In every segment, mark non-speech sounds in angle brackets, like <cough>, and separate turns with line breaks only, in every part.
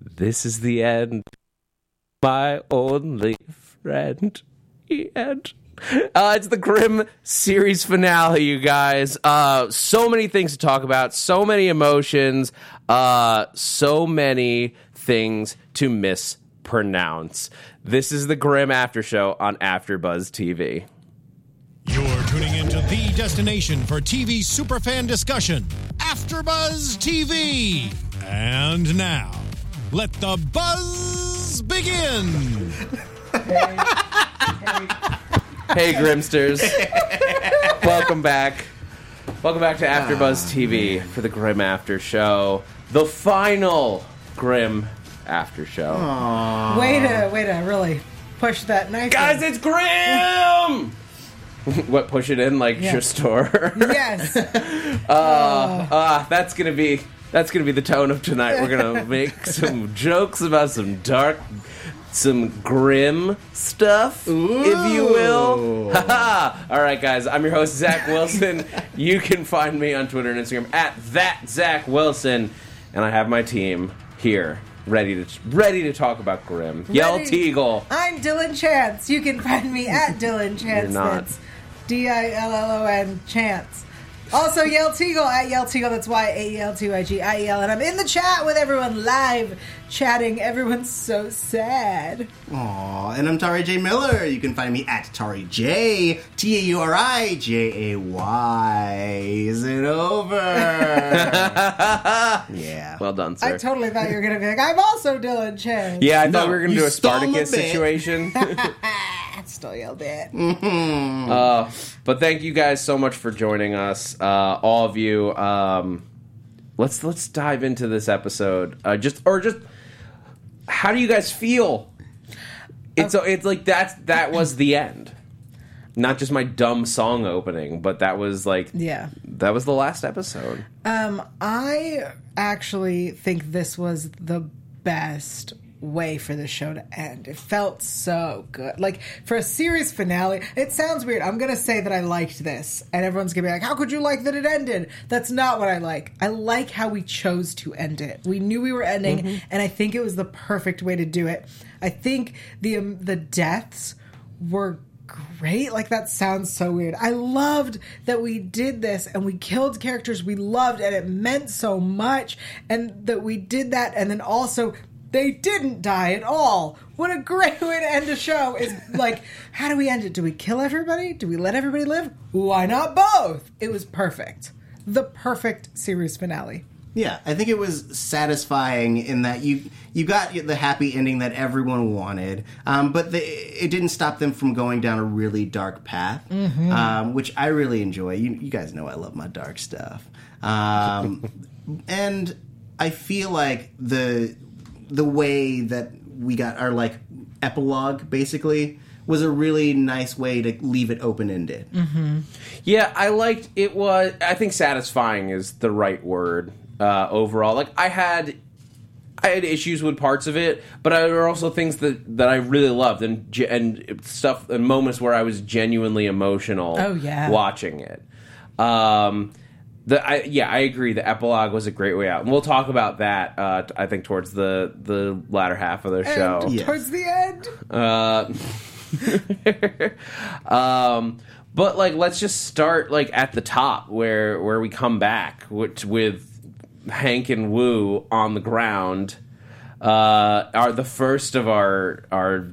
This is the end. My only friend. The end. Uh, it's the Grim series finale, you guys. Uh, so many things to talk about, so many emotions, uh, so many things to mispronounce. This is the Grim After Show on AfterBuzz TV.
You're tuning into the destination for TV superfan discussion, AfterBuzz TV. And now, let the buzz begin.
Hey, Grimsters. Welcome back. Welcome back to AfterBuzz TV for the Grim After Show, the final Grim After Show.
Way to way to really push that knife.
Guys,
in.
it's Grim! <laughs> what, push it in like
Yeah.
your store?
yes.
Ah, that's gonna be that's gonna be the tone of tonight. We're gonna
<laughs>
make some jokes about some dark, some grim stuff, if you will. Ha-ha. All right, guys. I'm your host Zach Wilson. you can find me on Twitter and Instagram at that Zach Wilson, and I have my team here ready to ready to talk about grim. Yell
Ready.
Teagle.
I'm Dylan Chance. You can find me
<laughs>
at Dylan Chance.
not.
That's D I L L O N Chance. Also, Yell Teagle at Yell Teagle. That's Y A E L T Y G I E L. And I'm in the chat with everyone live chatting. Everyone's so sad.
Aw, and I'm Tari J. Miller. You can find me at Tari J. T A U R I J A Y. Is it over? yeah.
Well done, sir.
I totally thought you were going to be like, I'm also Dylan Chance.
yeah, I thought
No,
we were gonna
you
do a
stole my
Spartacus
bit. <laughs>
situation.
Ah, I still yelled it.
Mm. Uh, but thank you guys so much for joining us, uh, all of you. Um, let's let's dive into this episode. Uh, just or just, how do you guys feel? It's so it's like that's that was the end. Not just my dumb song opening, but that was like
Yeah.
that was the last episode.
Um, I actually think this was the best way for the show to end. It felt so good. Like for a series finale, it sounds weird. I'm gonna say that I liked this, and everyone's gonna be like, "How could you like that it ended?" That's not what I like. I like how we chose to end it. We knew we were ending, and I think it was the perfect way to do it. I think the um, the deaths were great. Like that sounds so weird. I loved that we did this and we killed characters we loved and it meant so much and that we did that and then also they didn't die at all. What a great <laughs> way to end a show is like how do we end it? Do we kill everybody? Do we let everybody live? Why not both? It was perfect. The perfect series finale.
Yeah, I think it was satisfying in that you you got the happy ending that everyone wanted, um, but the, it didn't stop them from going down a really dark path,
Mm-hmm.
um, which I really enjoy. You, you guys know I love my dark stuff,
<laughs>
um, and I feel like the the way that we got our like epilogue basically was a really nice way to leave it open ended.
Mm-hmm.
Yeah, I liked it was I think satisfying is the right word uh overall. Like I had I had issues with parts of it, but there were also things that that I really loved and ge- and stuff and moments where I was genuinely emotional
Oh, yeah.
watching it. Um the, I, yeah, I agree. The epilogue was a great way out, and we'll talk about that. Uh, t- I think towards the the latter half of the show.
And
Yeah.
towards the end,
Uh, um, but like, let's just start like at the top where where we come back, which with Hank and Wu on the ground uh, are the first of our our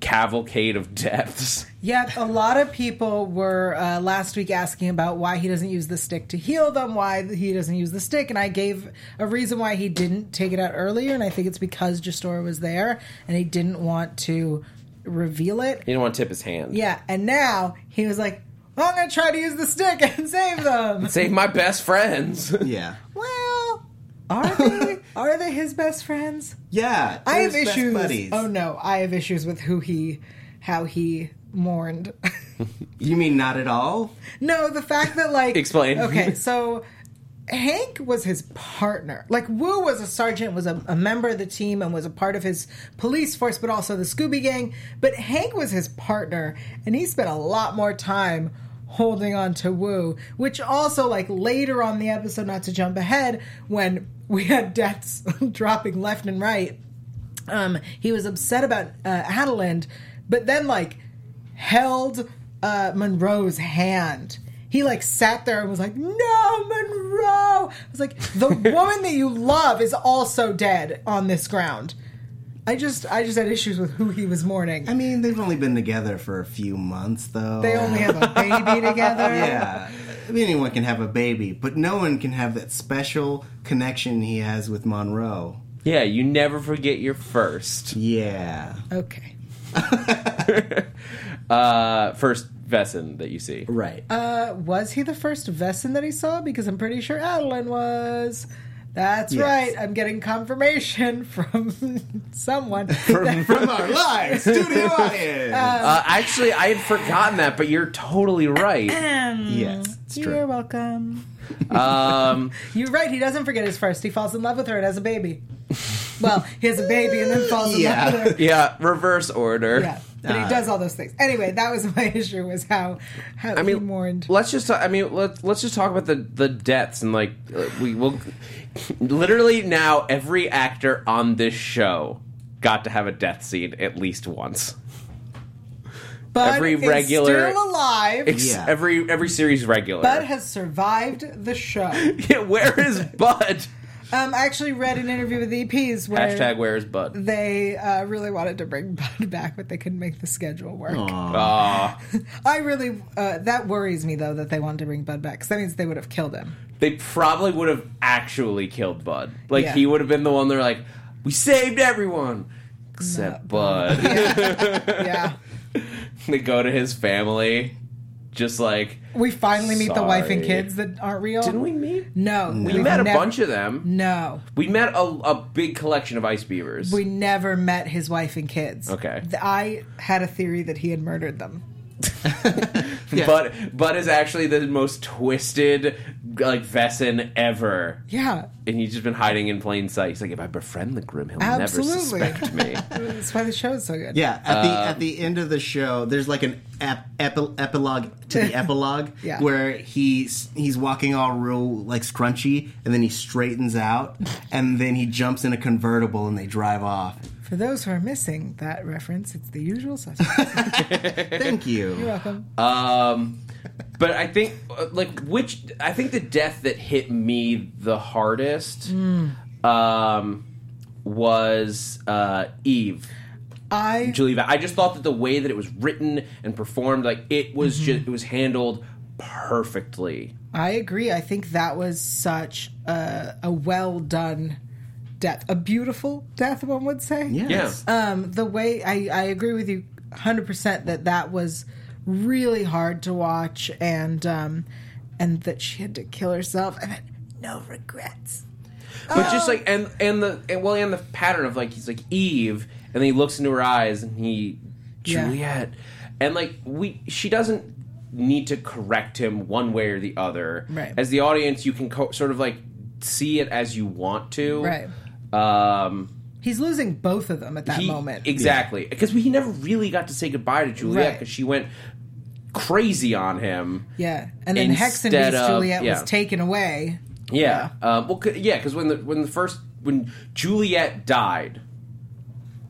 cavalcade of deaths.
Yet a lot of people were uh, last week asking about why he doesn't use the stick to heal them, why he doesn't use the stick, and I gave a reason why he didn't take it out earlier, and I think it's because Jastor was there and he didn't want to reveal it.
<laughs> You don't want to tip his hand.
Yeah, and now he was like, well, "I'm gonna try to use the stick and <laughs> save them."
Save my best friends. <laughs>
Yeah,
Well, are
<laughs>
they? Are they his best friends?
yeah.
I have
those best
issues.
buddies.
Oh no, I have issues with who he, how he mourned. <laughs>
You mean not at all?
No, the fact that like
Explain.
Okay, so Hank was his partner. Like Wu was a sergeant, was a, a member of the team, and was a part of his police force, but also the Scooby Gang. But Hank was his partner, and he spent a lot more time holding on to Wu, which also like later on the episode, not to jump ahead, when we had deaths <laughs> dropping left and right, um, he was upset about uh, Adeland, but then like held uh, Monroe's hand. He like sat there and was like, "No, Monroe." I was like,
<laughs>
"The woman that you love is also dead on this ground." I just, I just had issues with who he was mourning.
I mean, they've only been together for a few months, though.
They only have a baby
<laughs>
together.
yeah. I mean, anyone can have a baby, but no one can have that special connection he has with Monroe.
Yeah, you never forget your first.
Yeah.
Okay.
Uh, first Vesson that you see.
Right.
Uh, was he the first Vesson that he saw? Because I'm pretty sure Adeline was. That's
Yes.
right. I'm getting confirmation <laughs> from someone.
From our
<laughs>
live studio
Um,
audience.
Uh, actually, I had forgotten that, but you're totally
<clears throat>
right.
yes, it's
You're
true.
welcome.
Um,
<laughs> You're right. He doesn't forget his first. He falls in love with her and has a baby. Well, he has a baby and then falls in
Yeah.
love with her.
yeah, Uh, reverse order.
Yeah, but he does all those things. Anyway, that was my <laughs> issue. Was how how
I
he
mean,
mourned.
let's just. I mean, let's let's just talk about the the deaths and like uh, we will. Literally now, every actor on this show got to have a death scene at least once.
But
every
is
regular-
still alive.
Ex-
Yeah.
Every every series regular.
Bud has survived
<laughs>
the show.
Yeah, where is Bud?
Um, I actually read an interview with the EPs where
Hashtag where is Bud?
they uh, really wanted to bring <laughs> Bud back, but they couldn't make the schedule work.
Ah,
I really uh, that worries me though that they wanted to bring Bud back because that means they would have killed him.
they probably would have actually killed Bud. Like
Yeah.
he would have been the one. They're like, we saved everyone except Bud.
Yeah,
<laughs> they go to his family, just like
we finally meet the wife and
Sorry.
kids that aren't real.
didn't we meet?
No,
We met a bunch of them.
No,
We met a, a big collection of ice beavers.
we never met his wife and kids.
Okay.
Th- I had a theory that he had murdered them.
But Bud is actually the most twisted like Vesson ever.
Yeah,
And he's just been hiding in plain sight. He's like, if I befriend the Grim, he'll
Absolutely.
never suspect
<laughs>
me.
that's why the show is so good.
Yeah, at the at the end of the show, there's like an ep, epi- epilogue
<laughs>
to the epilogue
Yeah.
where he's he's walking all real like scrunchy, and then he straightens out, and then he jumps in a convertible, and they drive off.
For those who are missing that reference, it's the usual suspect.
Thank you.
Welcome.
Um, but I think uh, like which I think the death that hit me the hardest
Hmm.
um, was uh, Eve.
I
Julie, Va- I just thought that the way that it was written and performed, like it was
Mm-hmm.
just it was handled perfectly.
I agree. I think that was such a, a well done death, a beautiful death, one would say.
Yes.
Um, the way I, I agree with you 100% that that was really hard to watch and um, and that she had to kill herself and then no regrets.
But just
Oh.
like and and the and well and the pattern of like he's like Eve and then he looks into her eyes and he
Yeah.
Juliet and like we she doesn't need to correct him one way or the other.
Right.
As the audience, you can co- sort of like see it as you want to.
Right.
Um.
He's losing both of them at that
he-
moment.
Exactly. Because he never really got to say goodbye to Juliet
Right.
because she went crazy on him.
yeah. And then Hex and
Instead
Beast
of-
Juliet
yeah.
was taken away.
Yeah. Um, well, 'cause- yeah, because when the when the first when Juliet died,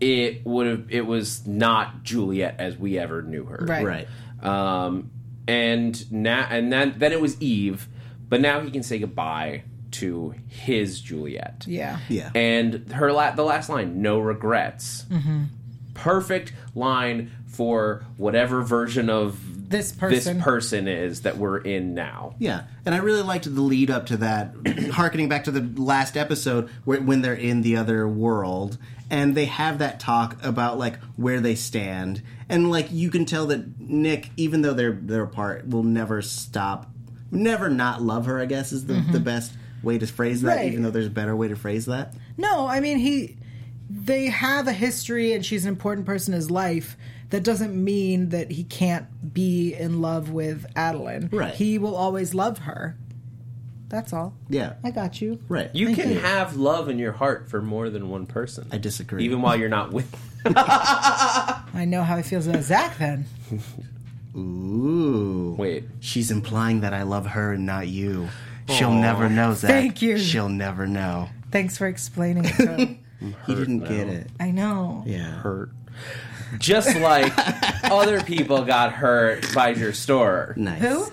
it would have it was not Juliet as we ever knew her.
Right.
Right.
Um, and now and then then it was Eve, but now he can say goodbye to his Juliet.
Yeah.
Yeah.
And her la- the last line, no regrets.
Mm-hmm.
Perfect line for whatever version of
This
this
person.
person is that we're in now.
Yeah, and I really liked the lead up to that, <clears throat> harkening back to the last episode where when they're in the other world and they have that talk about like where they stand, and like you can tell that Nick, even though they're they're apart, will never stop, never not love her. I guess is the, the best way to phrase that,
Mm-hmm. Right.
even though there's a better way to phrase that.
No, I mean he. They have a history, and she's an important person in his life. That doesn't mean that he can't be in love with Adeline.
Right.
He will always love her. That's all.
Yeah,
I got you.
right.
You
Thank
can have love in your heart for more than one person.
I disagree.
Even while you're not with.
I know how he feels about Zach. Then
Ooh.
Wait.
She's implying that I love her and not you. She'll never know, Zach.
Oh. Thank you.
She'll never know.
Thanks for explaining it.
<laughs>
Joe.
He didn't get it.
I know.
Yeah.
hurt. Just like other people got hurt by your store.
Nice.
Who?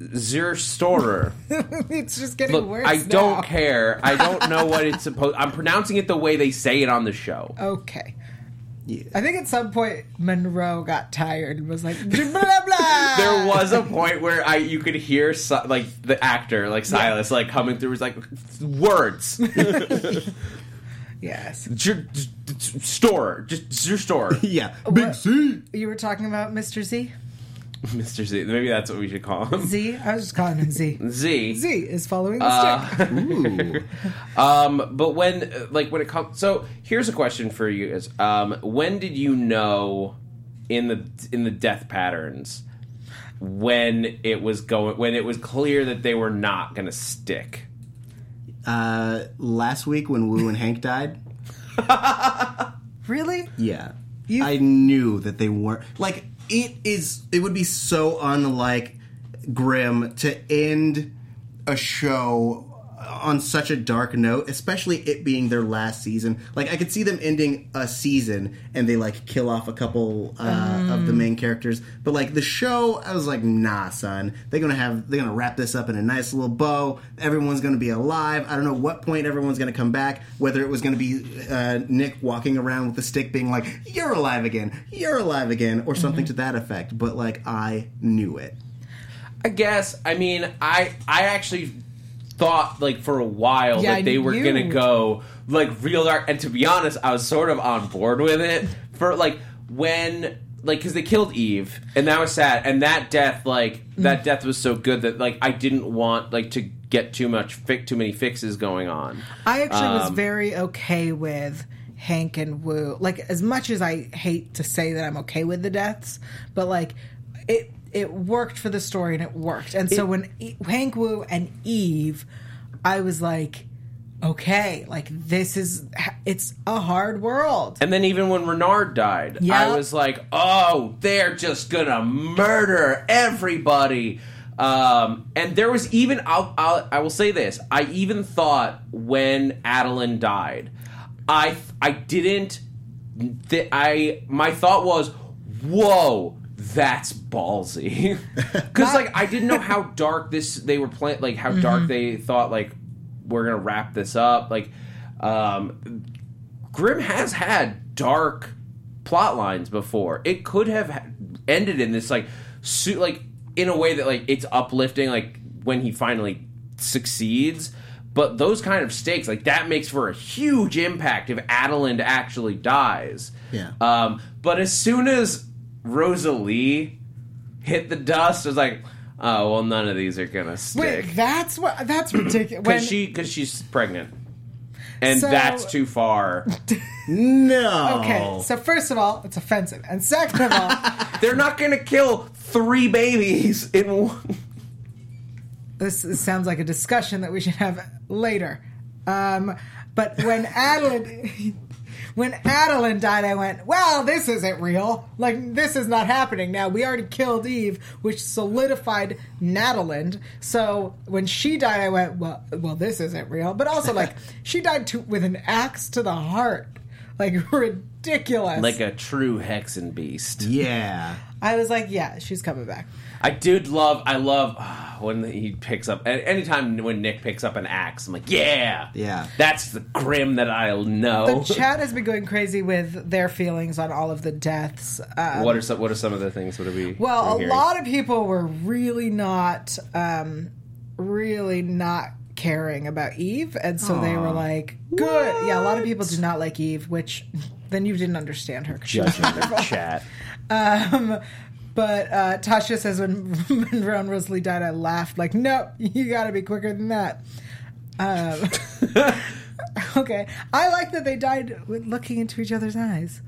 <laughs>
Your store.
It's just getting
Look,
worse.
I
now.
don't care. I don't know what it's supposed. I'm pronouncing it the way they say it on the show.
Okay.
Yeah.
I think at some point Monroe got tired and was like, blah blah.
<laughs> There was a point where I you could hear Si- like the actor like Silas like coming through was like words
yes.
J- j- j- store just your store
<laughs> Yeah. Big C.
You were talking about Mr. Z.
Mr. Z maybe that's what we should call him
Z. I was just calling him Z.
Z
Z is following the stick.
Ooh.
Um, but when uh, like when it comes, so here's a question for you: Is um, when did you know in the in the death patterns when it was going when it was clear that they were not going to stick?
Uh, last week when Wu and Hank died,
Really?
yeah, I knew that they weren't. Like it is, it would be so unlike Grimm to end a show on such a dark note, especially it being their last season. Like I could see them ending a season and they like kill off a couple uh, of the main characters, but like the show, I was like, nah, son, they're gonna have they're gonna wrap this up in a nice little bow. Everyone's gonna be alive. I don't know what point everyone's gonna come back. Whether it was gonna be uh, Nick walking around with a stick, being like, "You're alive again, you're alive again," or something
Mm-hmm.
to that effect. But like I knew it.
I guess. I mean, I I actually thought like for a while
Yeah, I
that they were
knew.
going to go like real dark. And to be honest, I was sort of on board with it for like when like because they killed Eve, and that was sad. And that death, like that death, was so good that like I didn't want like to get too much fi- too many fixes going on.
I actually was very okay with Hank and Wu. Like as much as I hate to say that I'm okay with the deaths, but like it it worked for the story and it worked. And so when e- Hank Wu and Eve, I was like, okay, like this is it's a hard world.
And then even when Renard died,
Yeah.
I was like, "Oh, they're just gonna murder everybody." Um, and there was even I'll, I'll I will say this: I even thought when Adeline died, I I didn't. Th- I my thought was, "Whoa." That's ballsy, <laughs> because like I didn't know how dark this they were playing, like how dark they thought like we're gonna wrap this up. Like, um, Grimm has had dark plot lines before. It could have ha- ended in this like suit like in a way that like it's uplifting like when he finally succeeds. But those kind of stakes, like that makes for a huge impact if Adeland actually dies.
Yeah.
Um, but as soon as Rosalie hit the dust, I was like, oh well none of these are gonna stick.
Wait, that's what that's ridiculous. When-
Because she because she's pregnant. And
So-
that's too far.
No.
okay, so first of all, it's offensive, and second of all,
They're not going to kill three babies in one.
this sounds like a discussion that we should have later. Um, but
<laughs>
when Adeline, when Adeline died, I went, "Well, this isn't real. Like this is not happening now. We already killed Eve, which solidified Nataland. So when she died, I went, "Well, well, this isn't real." But also,
<laughs>
like she died to, with an axe to the heart, like <laughs> ridiculous.
Like a true hexen beast.
Yeah.
I was like, "Yeah, she's coming back."
I do love, I love ah, when he picks up, a- anytime when Nick picks up an axe, I'm like, yeah.
Yeah.
That's the grim that I'll know.
The chat has been going crazy with their feelings on all of the deaths. Um,
what are some, what are some of the things? What are we?
Well,
we're
a
hearing?
lot of people were really not, um, really not caring about Eve, and so they were like, "Good, yeah." A lot of people do not like Eve, which <laughs> then you didn't understand her. 'cause she was
Judging
<laughs>
the chat.
um, but uh, Tasha says when <laughs> Monroe and Rosalie died, I laughed like, "No, you got to be quicker than that." Um, <laughs> okay, I like that they died with looking into each other's eyes.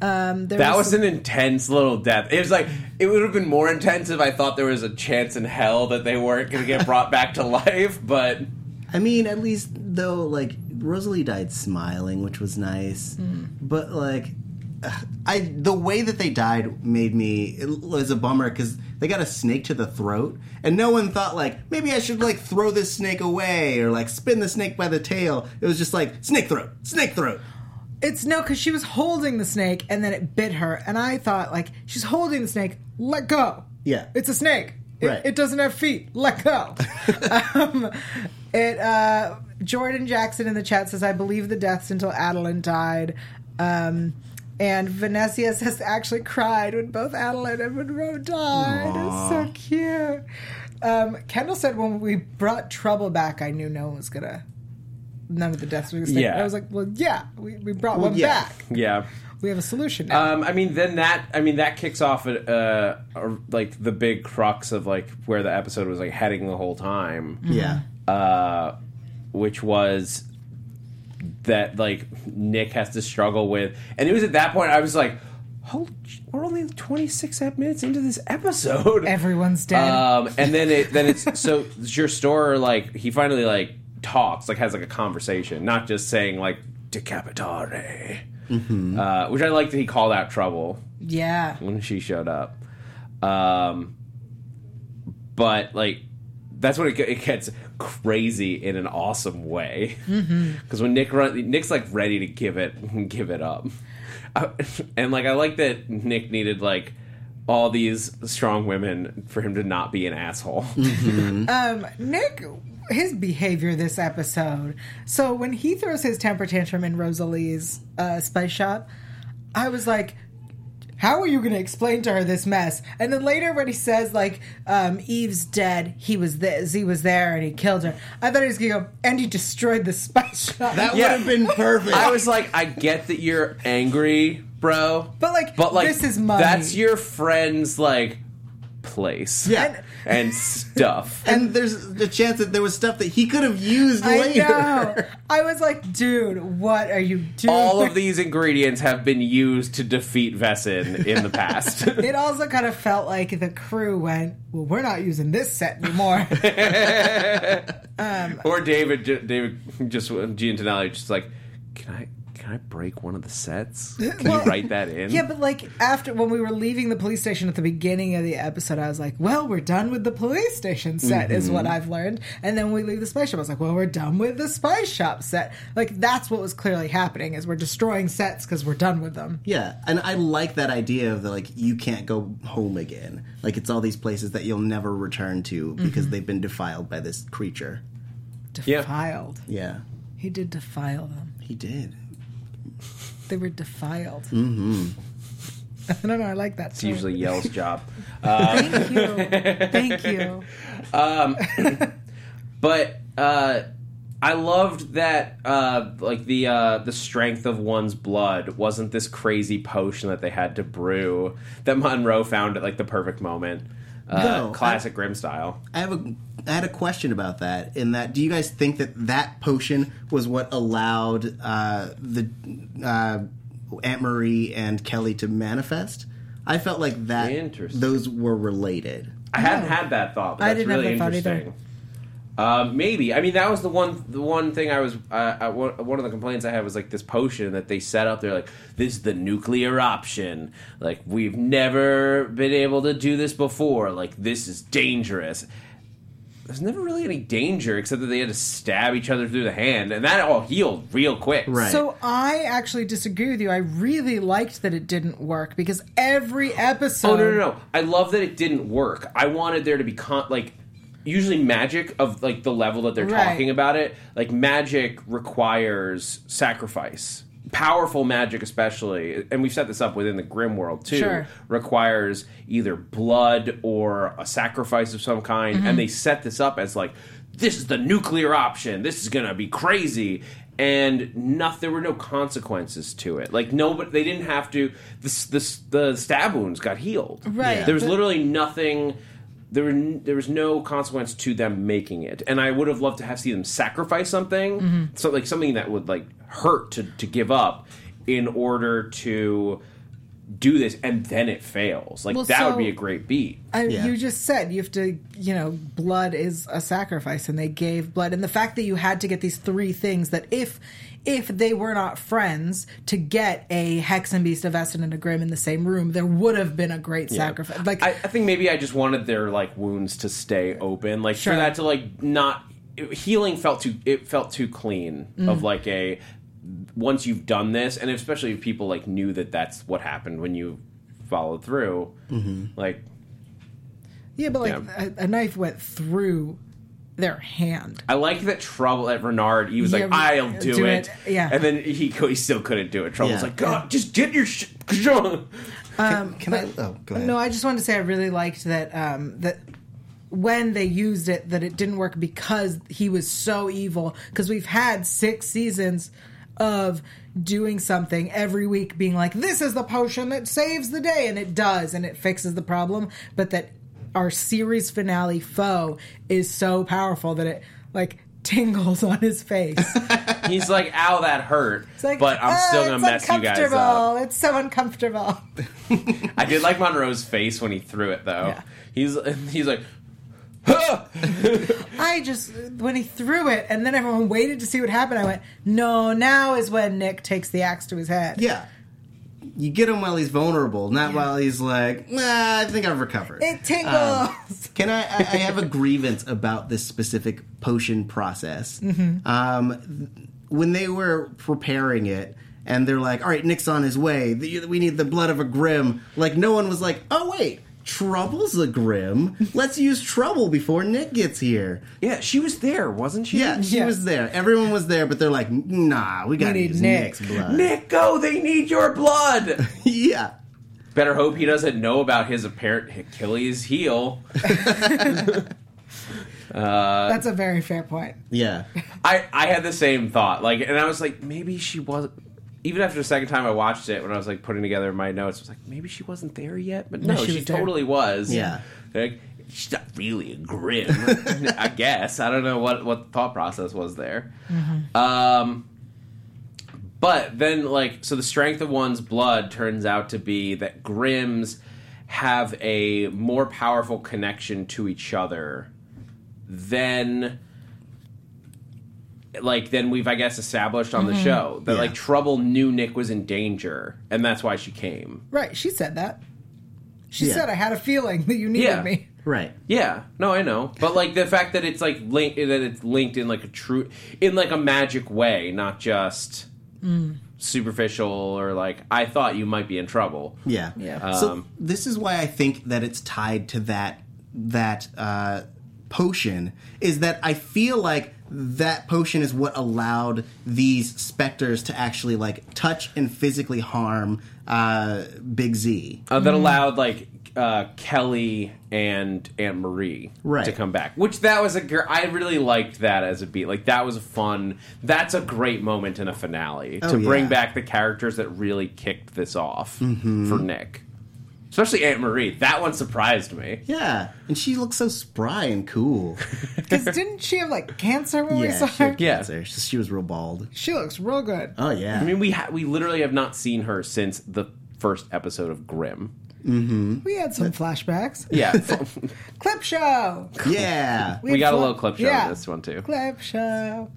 Um, there
That
was
was an intense little death. It was like it would have been more intense if I thought there was a chance in hell that they weren't going to get brought back to life. But
I mean, at least though, like Rosalie died smiling, which was nice. But like, I the way that they died made me it was a bummer because they got a snake to the throat and no one thought like maybe I should like throw this snake away or like spin the snake by the tail. It was just like snake throat, snake throat.
It's no, because she was holding the snake and then it bit her. And I thought, like, she's holding the snake, let go.
Yeah.
It's a snake. It,
Right.
it doesn't have feet, let
<laughs>
go. um, it, uh, Jordan Jackson in the chat says, I believe the deaths until Adeline died. Um, and Vanessa says, actually cried when both Adeline and Monroe died. It's so cute. Um, Kendall said, when we brought trouble back, I knew no one was going to. None of the deaths were going to
Yeah.
I was like, well, yeah, we, we brought one
yeah.
back.
Yeah.
We have a solution now.
Um, I mean, then that I mean that kicks off uh, uh, like the big crux of like where the episode was like heading the whole time,
Mm-hmm. Yeah.
uh, which was that like Nick has to struggle with, and it was at that point I was like, "Holy, sh- we're only twenty six minutes into this episode."
Everyone's dead.
<laughs> Um, and then it then it's so your store like he finally like talks like has like a conversation, not just saying like decapitare, uh, which I like that he called out trouble
yeah.
when she showed up. Um, but like that's when it, ge- it gets crazy in an awesome way because <laughs>
Mm-hmm.
when Nick run, Nick's like ready to give it <laughs> give it up, I- and like I like that Nick needed like all these strong women for him to not be an
<laughs>
asshole.
Nick, his behavior this episode. So when he throws his temper tantrum in Rosalie's uh, spice shop, I was like, how are you going to explain to her this mess? And then later, when he says like um, Eve's dead, he was this, he was there, and he killed her. I thought he was going to go, and he destroyed the spice shop. <laughs>
That
Yeah.
would have been perfect.
I was like, I get that you're angry, bro,
But, like, this is money.
That's your friend's like place,
Yeah.
and stuff.
and there's the chance that there was stuff that he could have used
I
later.
know. I was like, dude, what are you doing?
all of these ingredients have been used to defeat Vessin in the
<laughs>
past.
It also kind of felt like the crew went, well, we're not using this set
<laughs>
anymore.
or David, ju- David, just Giantinelli, just like, can I, can I break one of the sets? Can
Well,
you write that in?
Yeah, but like after when we were leaving the police station at the beginning of the episode, I was like, "Well, we're done with the police station set," is what
Mm-hmm.
I've learned. And then when we leave the spice shop, I was like, "Well, we're done with the spice shop set." Like that's what was clearly happening is we're destroying sets because we're done with them.
Yeah, and I like that idea of the, like you can't go home again. Like it's all these places that you'll never return to because they've been defiled by this creature.
Yeah.
Defiled.
Yeah,
He did defile them.
he did.
They were defiled.
Mm-hmm.
<laughs> I don't know. I like that.
It's usually Yell's job.
Thank you.
<laughs>
Thank you.
but uh, I loved that uh, like the uh, the strength of one's blood wasn't this crazy potion that they had to brew that Monroe found at like the perfect moment. Uh,
No, I-
classic Grim style.
I have a I had a question about that. In that, do you guys think that that potion was what allowed uh, the uh, Aunt Marie and Kelly to manifest? I felt like that
Interesting.
those were related.
I hadn't had that thought. But
I
that's
didn't have
really
that thought either.
interesting. Um, maybe I mean that was the one the one thing I was uh, I, one one of the complaints I had was like this potion that they set up. They're like this is the nuclear option. Like we've never been able to do this before. Like this is dangerous. There's never really any danger except that they had to stab each other through the hand, and that all healed real quick.
Right.
So I actually disagree with you. I really liked that it didn't work because every episode.
Oh no no no! I love that it didn't work. I wanted there to be con- like usually magic of like the level that they're
Right.
talking about it. Like magic requires sacrifice. Powerful magic, especially, and we've set this up within the Grim world too,
Sure.
requires either blood or a sacrifice of some kind.
Mm-hmm.
And they set this up as like, this is the nuclear option. This is gonna be crazy. And not, there were no consequences to it. Like nobody, they didn't have to. The, the, the stab wounds got healed.
Right,
There was
but-
literally nothing. There, were, n- there was no consequence to them making it, and I would have loved to have seen them sacrifice something,
Mm-hmm.
so like something that would like hurt to, to give up in order to do this and then it fails. Like
Well,
that
so-
would be a great beat.
I,
Yeah.
You just said you have to, you know, blood is a sacrifice, and they gave blood. And the fact that you had to get these three things that if if they were not friends to get a hex and beast, a Vestin, and a grim in the same room, there would have been a great sacrifice. Like
I, I think maybe I just wanted their like wounds to stay open, like
Sure.
for that to like not it- healing felt too it felt too clean
Mm-hmm.
of like a once you've done this, and especially if people like knew that that's what happened when you followed through,
Mm-hmm.
like
yeah, but like
Yeah.
a, a knife went through their hand.
I like that trouble at Renard. He was
Yeah,
like, "I'll
Ren-
do,
do
it.
it, yeah.
and then he co- he still couldn't do it. Trouble's
Yeah.
like, "God, just get your shit."
Can, can I? Oh, go ahead.
No, I just wanted to say I really liked that um, that when they used it that it didn't work because he was so evil. Because we've had six seasons of doing something every week, being like, "This is the potion that saves the day," and it does, and it fixes the problem. But that our series finale foe is so powerful that it like tingles <laughs> on his face.
<laughs> He's like, "Ow, that hurt,"
It's like,
but I'm
"Oh,
still gonna mess
it's
you guys up.
uncomfortable. It's so uncomfortable.
I did like Monroe's face when he threw it though.
Yeah.
He's <laughs> he's like, huh!
I just when he threw it, and then everyone waited to see what happened. I went, "No, now is when Nick takes the axe to his head."
Yeah. You get him while he's vulnerable, not while he's like, nah, I think I've recovered.
it tingles.
Um,
Can I, I, I have a grievance about this specific potion process.
Mm-hmm.
Um, th- when they were preparing it, and they're like, all right, Nick's on his way. The- We need the blood of a Grim. Like, no one was like, oh, wait, Trouble's a Grim. Let's use Trouble before Nick gets here.
<laughs>
"Yeah, she was there, wasn't she?"
Yeah, she
Yeah.
was there. Everyone was there, but they're like, nah, we gotta
need
use
Nick.
Nick's blood. <laughs>
Nick, go! They need your blood.
yeah.
Better hope he doesn't know about his apparent Achilles heel. uh,
That's a very fair point.
Yeah.
I, I had the same thought. Like, and I was like, maybe she wasn't. Even after the second time I watched it, when I was like putting together my notes, I was like, maybe she wasn't there yet. But no,
she
she,
was there.
totally was.
Yeah.
Like, she's not really a grim. <laughs> I guess I don't know what what the thought process was there.
Mm-hmm.
Um, but then like so, the strength of one's blood turns out to be that grims have a more powerful connection to each other than like then we've I guess established on the show that
Yeah.
like Trouble knew Nick was in danger and that's why she came.
Right? She said that. She
Yeah.
said, "I had a feeling that you needed
Yeah. <laughs>
me."
Right.
Yeah, no, I know, but like the fact that it's like linked that it's linked in like a true in like a magic way, not just superficial or like I thought you might be in trouble.
Yeah.
Yeah.
so this is why I think that it's tied to that that uh, potion is that I feel like that potion is what allowed these specters to actually like touch and physically harm uh, Big Z.
uh, that allowed like uh, Kelly and Aunt Marie
Right.
to come back. Which that was a gr- I really liked that as a beat. Like that was a fun. That's a great moment in a finale to
Oh, yeah. Mm-hmm.
bring back the characters that really kicked this off for Nick, especially Aunt Marie. That one surprised me.
Yeah, and she looks so spry and cool.
Because didn't she have like cancer when we
yeah,
saw
she,
her?
had
Yeah.
cancer. She- she was real bald.
She looks real good.
Oh yeah,
I mean, we ha- we literally have not seen her since the first episode of Grimm.
We had some flashbacks.
Yeah,
Clip show.
yeah,
we got a
fl-
little clip show
yeah.
of this one too.
Clip show.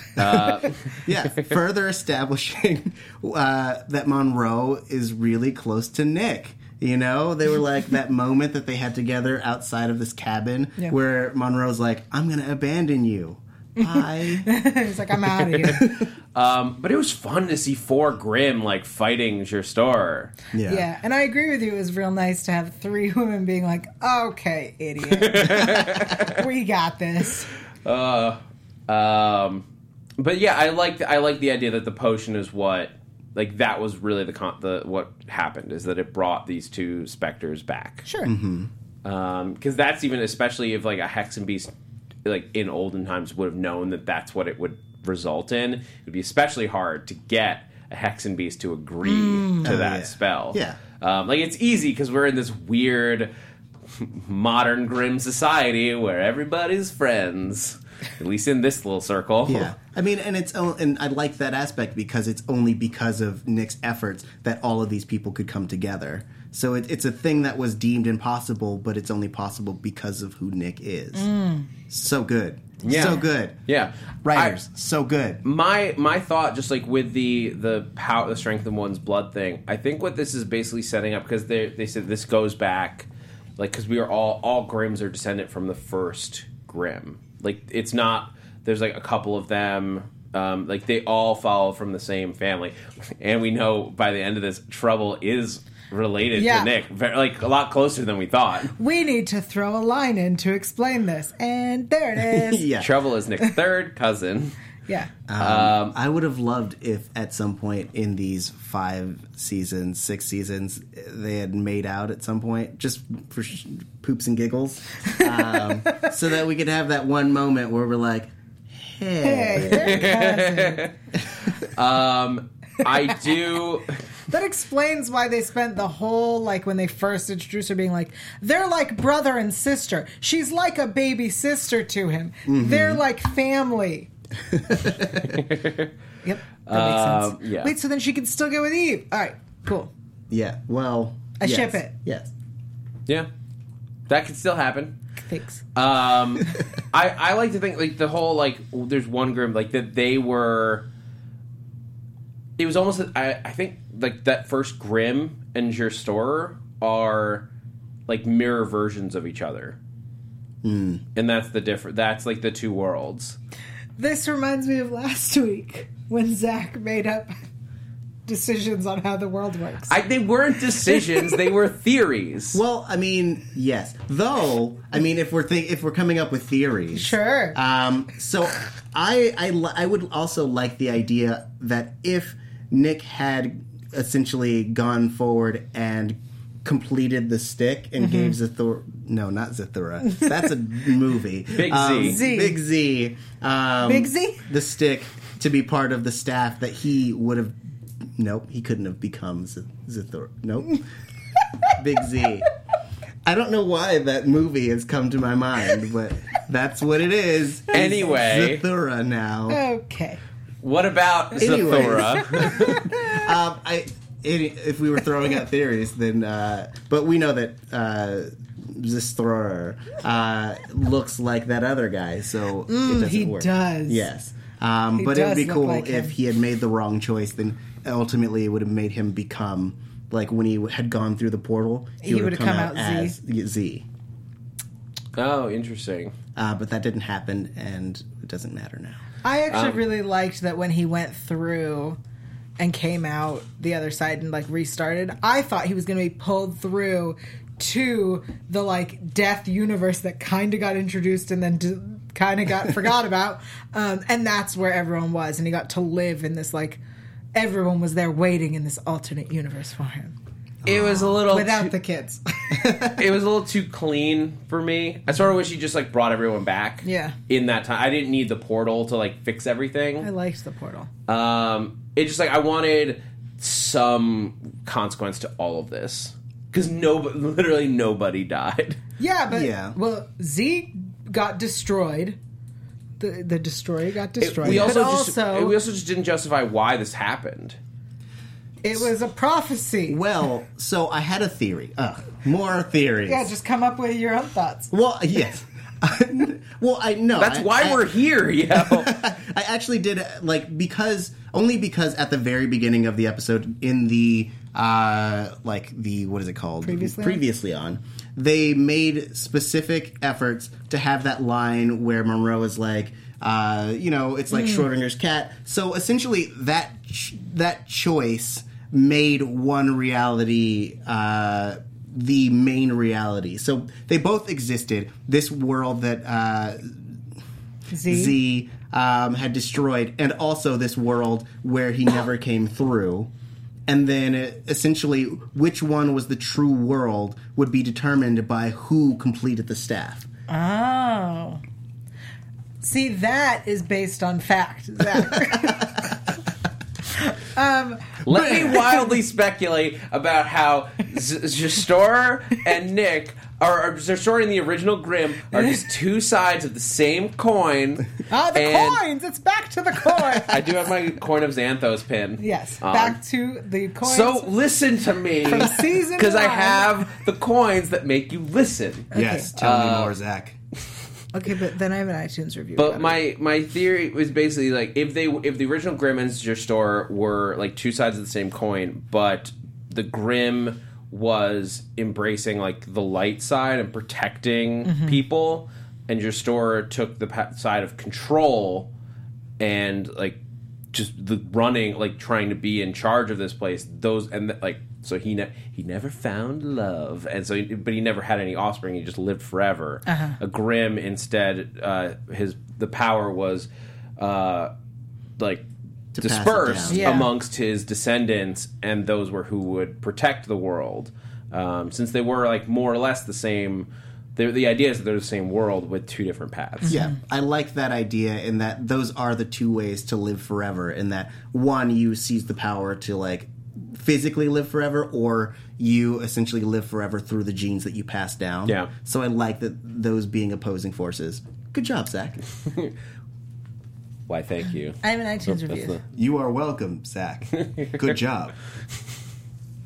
<laughs>
yeah. Further establishing uh, that Monroe is really close to Nick. You know, they were like
<laughs>
that moment that they had together outside of this cabin
Yeah.
where Monroe's like, "I'm gonna abandon you."
<laughs>
Bye.
He's like, "I'm out of here."
Um, <laughs> but it was fun to see four Grimm like fighting your store.
yeah.
Yeah. and I agree with you. It was real nice to have three <laughs> women being like, "Okay, idiot, we got this."
Um, but yeah, I like I like the idea that the potion is what like that was really the con- the what happened is that it brought these two specters back.
Sure,
Mm-hmm.
Um, because that's even especially if like a hex and beast like in olden times would have known that that's what it would result in. It would be especially hard to get a hex and beast to agree to that
Oh, yeah.
spell.
Yeah.
um, like it's easy because we're in this weird modern grim society where everybody's friends. at least in this little circle.
Yeah, I mean, and it's o- and I like that aspect because it's only because of Nick's efforts that all of these people could come together. So it, it's a thing that was deemed impossible, but it's only possible because of who Nick is.
Mm.
So good,
Yeah.
so good.
<laughs> Yeah.
Writers, so good.
my my thought just like with the the power the strength of one's blood thing i think what this is basically setting up because they they said this goes back like because we are all all grims are descendant from the first grim like it's not there's like a couple of them um, like they all follow from the same family and we know by the end of this trouble is related
Yeah.
to nick Ve- like a lot closer than we thought
We need to throw a line in to explain this. And there it is.
Yeah,
trouble is nick's third cousin
yeah.
I would have loved if at some point in these five seasons, six seasons, they had made out at some point, just for sh- poops and giggles,
<laughs>
um, so that we could have that one moment where we're like,
Hey, there it comes.
i do
that explains why they spent the whole like when they first introduced her being like they're like brother and sister. She's like a baby sister to him. They're like family. yep, that makes
Um,
sense.
yeah.
Wait, so then she can still get with Eve. All right, cool.
yeah, well,
I
yes,
ship it.
Yes.
yeah that could still happen
Thanks.
Um, I I like to think like the whole like there's one grim like that they were. It was almost I I think like that first grim and your store are like mirror versions of each other, mm. and that's the different. That's like the two worlds.
This reminds me of last week when Zach made up <laughs> decisions on how the world works.
I they weren't decisions; they were theories.
Well, I mean, yes. Though, I mean, if we're think if we're coming up with theories,
sure.
Um, so I, I li- I would also like the idea that if Nick had essentially gone forward and completed the stick and gave Zathura no not Zathura that's a movie
<laughs>
Um,
Big Z.
Z.
Big Z um,
Big Z?
the stick to be part of the staff that he would have nope he couldn't have become Z- Zathura nope Big Z I don't know why that movie has come to my mind but that's what it is It's
Anyway.
<laughs> Zathura now
okay.
What about
Anyways.
Zathura?
um, I any, if we were throwing out theories then uh, but we know that uh, Zathura uh, looks like that other guy so it doesn't
Mm, he
work
does.
Yes. Um, but it would
does
be
look
cool
like
if
him.
he had made the wrong choice, then ultimately it would have made him become like when he had gone through the portal, he,
He
would have come, out, as
Z.
Z.
oh, interesting.
Uh, but that didn't happen, and it doesn't matter now.
I actually really liked that when he went through and came out the other side and like restarted. I thought he was going to be pulled through to the like death universe that kind of got introduced and then d- kind of got forgot about. Um, and that's where everyone was. And he got to live in this like everyone was there waiting in this alternate universe for him
It was a little
without the kids.
it was a little too clean for me. I sort of wish he just like brought everyone back.
Yeah.
In that time, I didn't need the portal to like fix
I
everything.
liked the portal.
Um, it just like I wanted some consequence to all of this because no, literally nobody died.
Yeah, but
Yeah.
well, Z got destroyed. The the destroyer got destroyed.
We also,
but
just,
also
we also just didn't justify why this happened.
It was a prophecy.
Well, so I had a theory. Ugh, more theories.
Yeah, just come up with your own thoughts.
well, yes. <laughs> well, I know.
That's
I-
why
I-
we're here, yo.
<laughs> I actually did uh, like because only because at the very beginning of the episode in the uh like the what is it called
Previously on?
previously on they made specific efforts to have that line where Monroe is like uh you know it's
Hmm.
like Schrodinger's cat so essentially that ch- that choice made one reality uh the main reality so they both existed this world that uh
Z.
Z um, had destroyed, and also this world where he never came through. And then uh, essentially, which one was the true world would be determined by who completed the staff.
Oh. See, that is based on
<laughs>
fact. Zach.
Let me wildly speculate about how Z- Zastor and Nick our, our, our story in the original Grimm are just two sides of the same coin.
Ah, the
and
coins. It's back to the coin.
I do have my coin of Xanthos pin.
yes,
Um,
back to the coins.
So listen to me,
From season
because I
one.
have the coins that make you listen.
Yes, tell me more, Zach.
okay, but then I have an iTunes review. about
But
it.
my my theory was basically like if they if the original Grim Integer Store were like two sides of the same coin, but the Grim was embracing like the light side and protecting people, and your store took the pa- side of control and like just the running like trying to be in charge of this place those and like so he ne- he never found love and so he, but he never had any offspring he just lived forever
Uh-huh.
a grim instead uh his the power was uh like
pass it
dispersed
down.
Yeah.
amongst his descendants and those were who would protect the world um since they were like more or less the same the, the idea is that they're the same world with two different paths
<laughs> Yeah, I like that idea in that those are the two ways to live forever. In that one, you seize the power to like physically live forever, or you essentially live forever through the genes that you pass down.
Yeah.
So I like that those being opposing forces. Good job, Zach.
why thank you
I have an iTunes
That's
review.
the-
You are welcome, Zach.
<laughs>
Good job.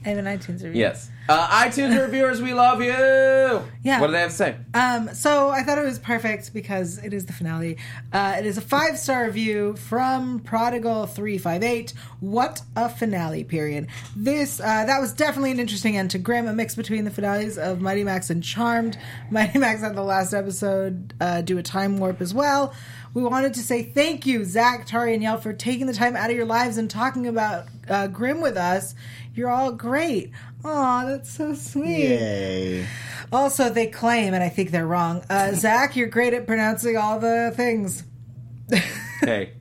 I have an iTunes review.
Yes. Uh, iTunes reviewers, we love you. Yeah.
Yeah.
What do they have to say?
Um, so I thought it was perfect because it is the finale. Uh, it is a five star review from Prodigal three five eight. What a finale! Period. This uh, that was definitely an interesting end to Grimm, a mix between the finales of Mighty Max and Charmed. <laughs> Mighty Max had the last episode uh, do a time warp as well. We wanted to say thank you, Zach, Tari, and Yell, for taking the time out of your lives and talking about uh, Grimm with us. You're all great. Aw, that's so sweet.
Yay.
Also, they claim, and I think they're wrong. Uh, Zach, you're great at pronouncing all the things. <laughs>
hey,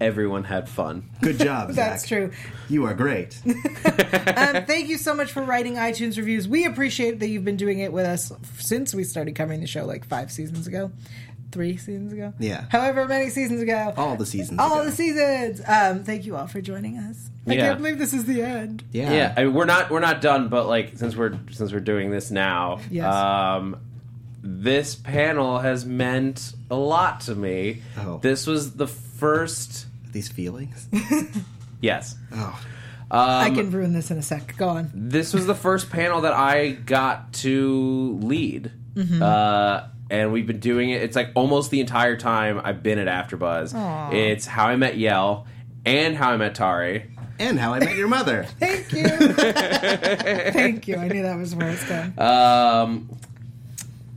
everyone had fun.
Good job,
<laughs>
Zach.
That's true.
You are great.
Um, thank you so much for writing iTunes reviews. We appreciate that you've been doing it with us since we started covering the show like five seasons ago, three seasons ago.
Yeah.
However many seasons ago.
All the seasons.
All
ago.
the seasons. Um, thank you all for joining us. I
Yeah.
can't believe this is the end.
Yeah. I mean, we're not we're not done, but like since we're since we're doing this now,
Yes.
um, this panel has meant a lot to me.
Oh.
This was the first.
These feelings.
Yes.
Oh.
I can ruin this in a sec. Go on.
this was the first panel that I got to lead. Uh, and we've been doing it. It's like almost the entire time I've been at AfterBuzz. It's How I Met Yell and How I Met Tari.
And how I met
<laughs>
your mother.
Thank
<laughs>
you. thank you. I knew that was where it's going.
Um,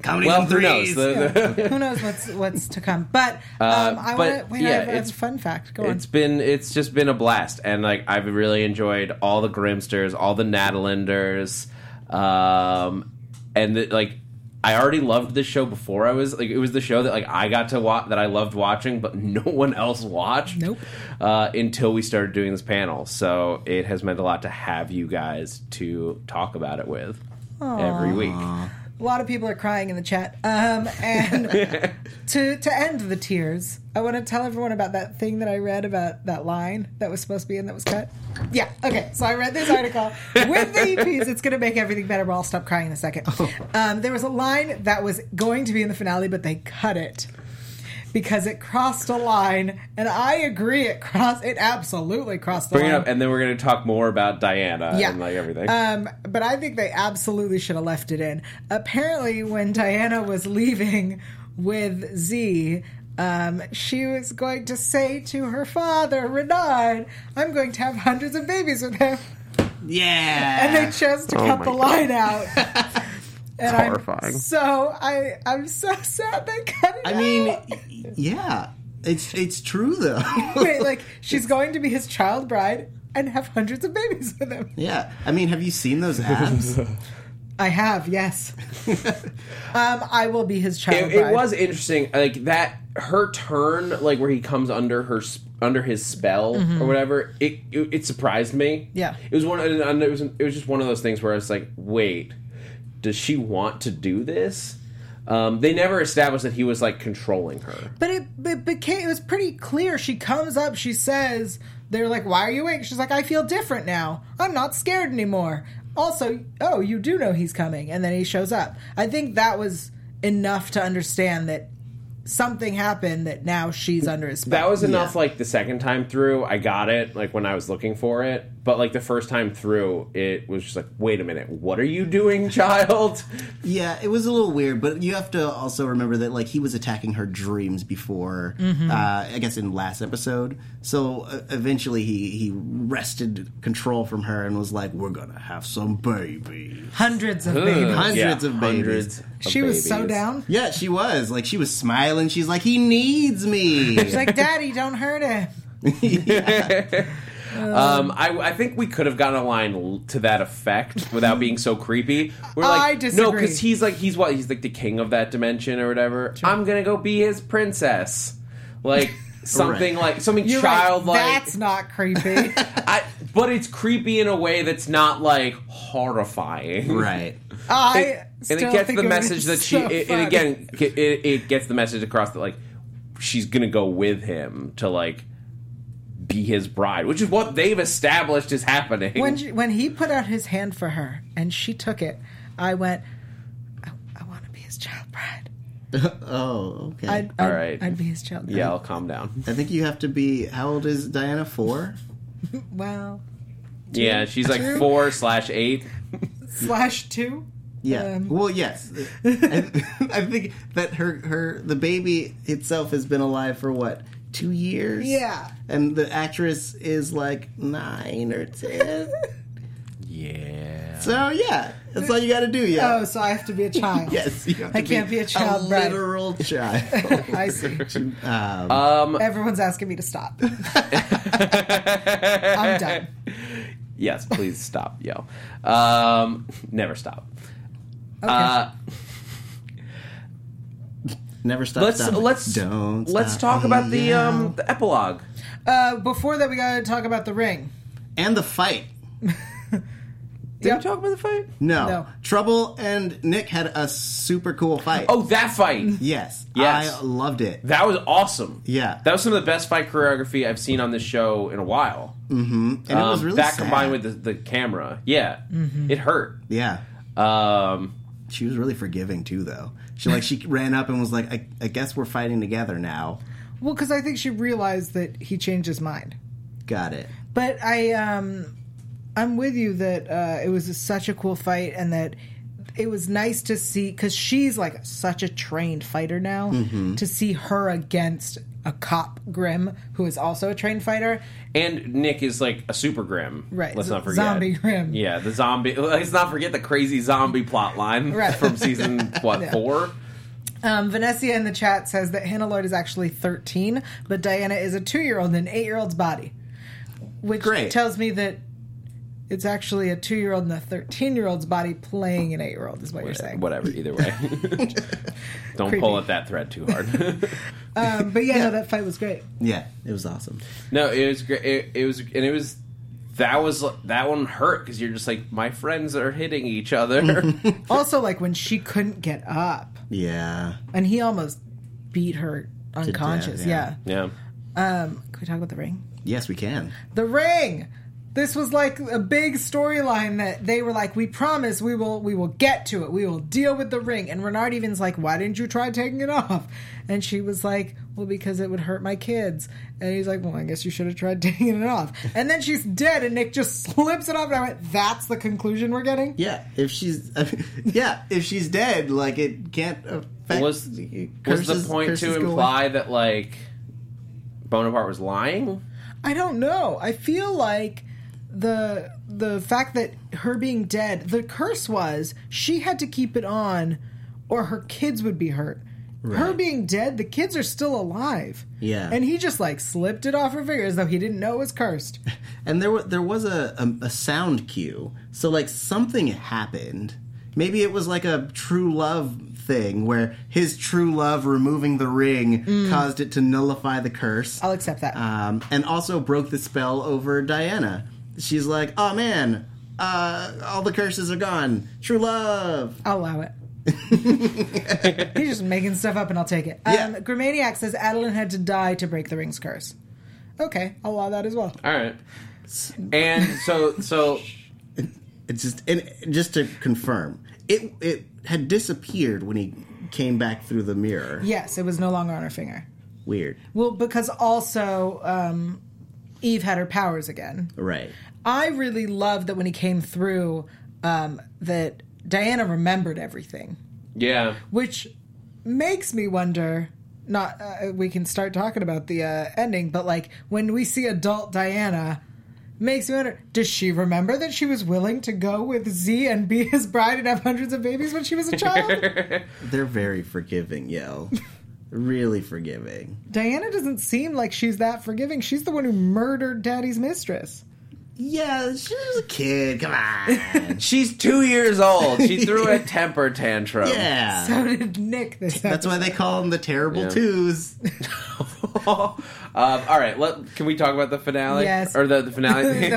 Comedy
well,
on
who knows?
threes.
The- the-
who knows what's what's to come. But um, I
Uh, but,
want to. Wait,
yeah,
I have, I have
it's-
a fun fact. Go on.
it's been it's just been a blast, and like I've really enjoyed all the Grimsters, all the Natalinders, um, and the, like I already loved this show before I was like it was the show that like I got to watch that I loved watching, but <laughs> no one else watched.
Nope.
Uh, until we started doing this panel, so it has meant a lot to have you guys to talk about it with every week.
A lot of people are crying in the chat. Um,
<laughs>
and to to end the tears, I want to tell everyone about that thing that I read about that line that was supposed to be in that was cut. Yeah. Okay. So I read this article with the EPs. It's going to make everything better. But I'll stop crying in a second.
Oh.
Um, there was a line that was going to be in the finale, but they cut it. Because it crossed a line, and I agree, it crossed. It absolutely crossed the
Bring it
line.
up, and then we're going to talk more about Diana
Yeah.
and like everything.
Um, but I think they absolutely should have left it in. Apparently, when Diana was leaving with Z, um, she was going to say to her father, Renard, I'm going to have hundreds of babies with him.
Yeah.
And they chose to cut
Oh my
the
God.
line out. and I'm
horrifying.
so I I'm so sad they cut it
I
out.
mean, y- yeah, it's it's true though. <laughs>
Wait, like she's going to be his child bride and have hundreds of babies with him.
yeah, I mean, have you seen those abs?
I
<laughs>
have, yes. um, I will be his child
it,
bride.
it was interesting like that her turn like where he comes under her s- under his spell or whatever it, it it surprised me
Mm-hmm. Yeah.
it was one of- and it was it was just one of those things where it's like wait does she want to do this um, they never established that he was like controlling her
But it, it became it was pretty clear. She comes up, she says, "They're like, why are you awake?" She's like, "I feel different now. I'm not scared anymore. also, oh, you do know he's coming, and then he shows up. I think that was enough to understand that something happened that now she's under his spell.
That was enough. Like the second time through, I got it. Like when I was looking for it, but like the first time through, it was just like, wait a minute, what are you doing, <laughs> child?
Yeah, it was a little weird, but you have to also remember that like he was attacking her dreams before. Uh, I guess in last episode, so uh, eventually he he wrested control from her and was like, "We're gonna have some babies,
Hundreds of babies.
hundreds of babies."
Hundreds of
She was so
babies.
down.
Yeah, she was like she was smiling. She's like, "He needs me."
She's like, Daddy, don't hurt him.
Um, I, I think we could have gotten a line l- to that effect without being so creepy. We're like,
I disagree.
no, because he's like, he's what? He's like the king of that dimension or whatever. I'm gonna go be his princess, like something like something
You're right,
childlike.
That's not creepy. <laughs>
I, but it's creepy in a way that's not like horrifying,
right.
I
and
still
it gets
think
the
it
message
is
that she
so
it,
funny.
it again it, it gets the message across that like she's gonna go with him to like be his bride which is what they've established is happening
when she, when he put out his hand for her and she took it, I went, I, I want to be his child bride.
Oh, okay.
I'd,
I,
I'd,
All right.
I'd be his child bride.
yeah i'll calm down
think you have to be. How old is Diana? Four.
Well,
yeah she's
<laughs>
like
Two.
four slash eight
slash two.
Yeah.
Um, <laughs>
well, yes. I, <laughs> I think that her her the baby itself has been alive for what two years.
Yeah.
And the actress is like nine or
<laughs>
ten.
yeah
so yeah, that's all you got to do. Yeah.
Oh, so I have to
<laughs>
be a child.
yes. You have
I
to
can't be a child,
A
right. <laughs>
literal child.
I see.
Um,
Everyone's asking me to stop. I'm done.
yes please stop yo um never stop uh
Never stop.
let's
stop.
let's
don't.
let's
stop
talk about the
now.
um the epilogue
Uh, before that, we got to talk about the ring.
and the fight.
did
Yep.
we talk about the fight
No.
No.
Trouble and Nick had a super cool fight.
oh that fight
yes.
Yes.
I loved it.
That was awesome.
Yeah.
That was some of the best fight choreography I've seen on this show in a while.
And Mm-hmm. it was
Um,
really
that
sad. Mm-hmm.
combined with the, the camera. Yeah. It hurt.
Yeah.
Um,
She was really forgiving too though. She like <laughs> she ran up and was like, I, I guess we're fighting together now.
Well, because I think she realized that he changed his mind.
Got it.
But I, um, I'm with you that uh, it was such a cool fight, and that it was nice to see because she's like such a trained fighter now. To see her against a cop, Grim, who is also a trained fighter.
and Nick is like a super grim.
Right.
Let's
Z-
not forget.
zombie grim.
Yeah. The zombie. Let's not forget the crazy zombie plot line
Right.
from season, what, four?
Um, Vanessa in the chat says that Hannah Lloyd is actually 13, but Diana is a two-year-old in an eight-year-old's body, which
Great.
tells me that. It's actually a two-year-old and a thirteen-year-old's body playing an eight-year-old, is what you're saying.
Whatever. Either way. Don't pull at that thread too hard. <laughs>
Um, but <laughs> yeah, no, that fight was great.
Yeah, it was awesome.
No, it was great. It, it was, and it was that was that one hurt because you're just like my friends are hitting each other.
Also, like when she couldn't get up,
Yeah.
and he almost beat her unconscious. yeah.
yeah.
yeah,
Um, can we talk about the ring?
Yes, we can.
The ring. This was like a big storyline that they were like, "We promise we will, we will get to it. We will deal with the ring." And Renard even's like, "Why didn't you try taking it off?" And she was like, "Well, because it would hurt my kids." And he's like, "Well, I guess you should have tried <laughs> taking it off." And then she's dead, and Nick just <laughs> slips it off. And I went, "That's the conclusion we're getting."
Yeah, if she's <laughs> yeah, if she's dead, like it can't affect.
was was the
curses-
point
curses
to
go away.
imply that like Bonaparte was lying?
I don't know. I feel like the the fact that her being dead, the curse was she had to keep it on or her kids would be hurt. Her being dead, the kids are still alive.
Yeah.
And he just like slipped it off her finger as though he didn't know it was cursed.
And there was there was a, a a sound cue, so like something happened. Maybe it was like a true love thing where his true love removing the ring caused it to nullify the curse.
I'll accept
<laughs>
that.
um, and also broke the spell over Diana. She's like, "Oh man, uh, all the curses are gone. True love."
I'll allow
<laughs>
it. He's just making stuff up and I'll take it.
Yeah.
Um, Grimaniac says Adeline had to die to break the ring's curse. Okay, I'll allow that as well.
All right, and so so
It's just and just to confirm, it it had disappeared when he came back through the mirror.
Yes, it was no longer on her finger.
Weird,
Well, because also um, Eve had her powers again.
right?
I really loved that when he came through, um, that Diana remembered everything,
Yeah.
which makes me wonder. Not uh, we can start talking about the uh, ending, but like when we see adult Diana, makes me wonder: Does she remember that she was willing to go with Z and be his bride and have hundreds of babies when she was a child?
They're very forgiving, yo. really forgiving.
Diana doesn't seem like she's that forgiving. She's the one who murdered Daddy's mistress.
Yeah, she was a kid. Come on.
She's two years old.
<laughs>
She threw a temper tantrum.
yeah.
So did Nick this episode.
That's why they call them the terrible twos.
um, all right. Let, can we talk about the finale?
Yes.
Or the, the
<laughs>
finale?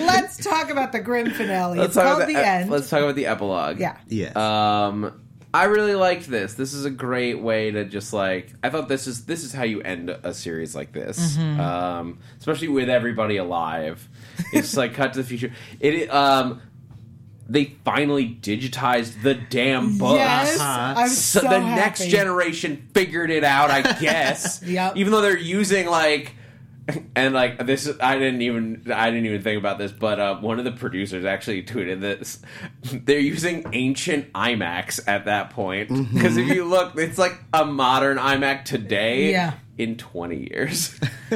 <laughs>
Let's talk about the grim finale.
Let's
it's
talk about
called the,
ep-
end.
Let's talk about the epilogue.
yeah.
Yes.
Um, I really liked this. This is a great way to just like. I thought this is this is how you end a series like this,
Mm-hmm.
um, especially with everybody alive. It's just, like cut to the future. It um, they finally digitized the damn book.
Yes, I'm so,
Uh-huh. So the next
happy.
generation figured it out,
<laughs>
I guess.
Yep.
Even though they're using like and like this is- I didn't even I didn't even think about this, but uh, one of the producers actually tweeted this. <laughs> They're using ancient IMAX at that point
Mm-hmm.
because if you look, it's like a modern IMAX today
Yeah.
in 20 years. <laughs>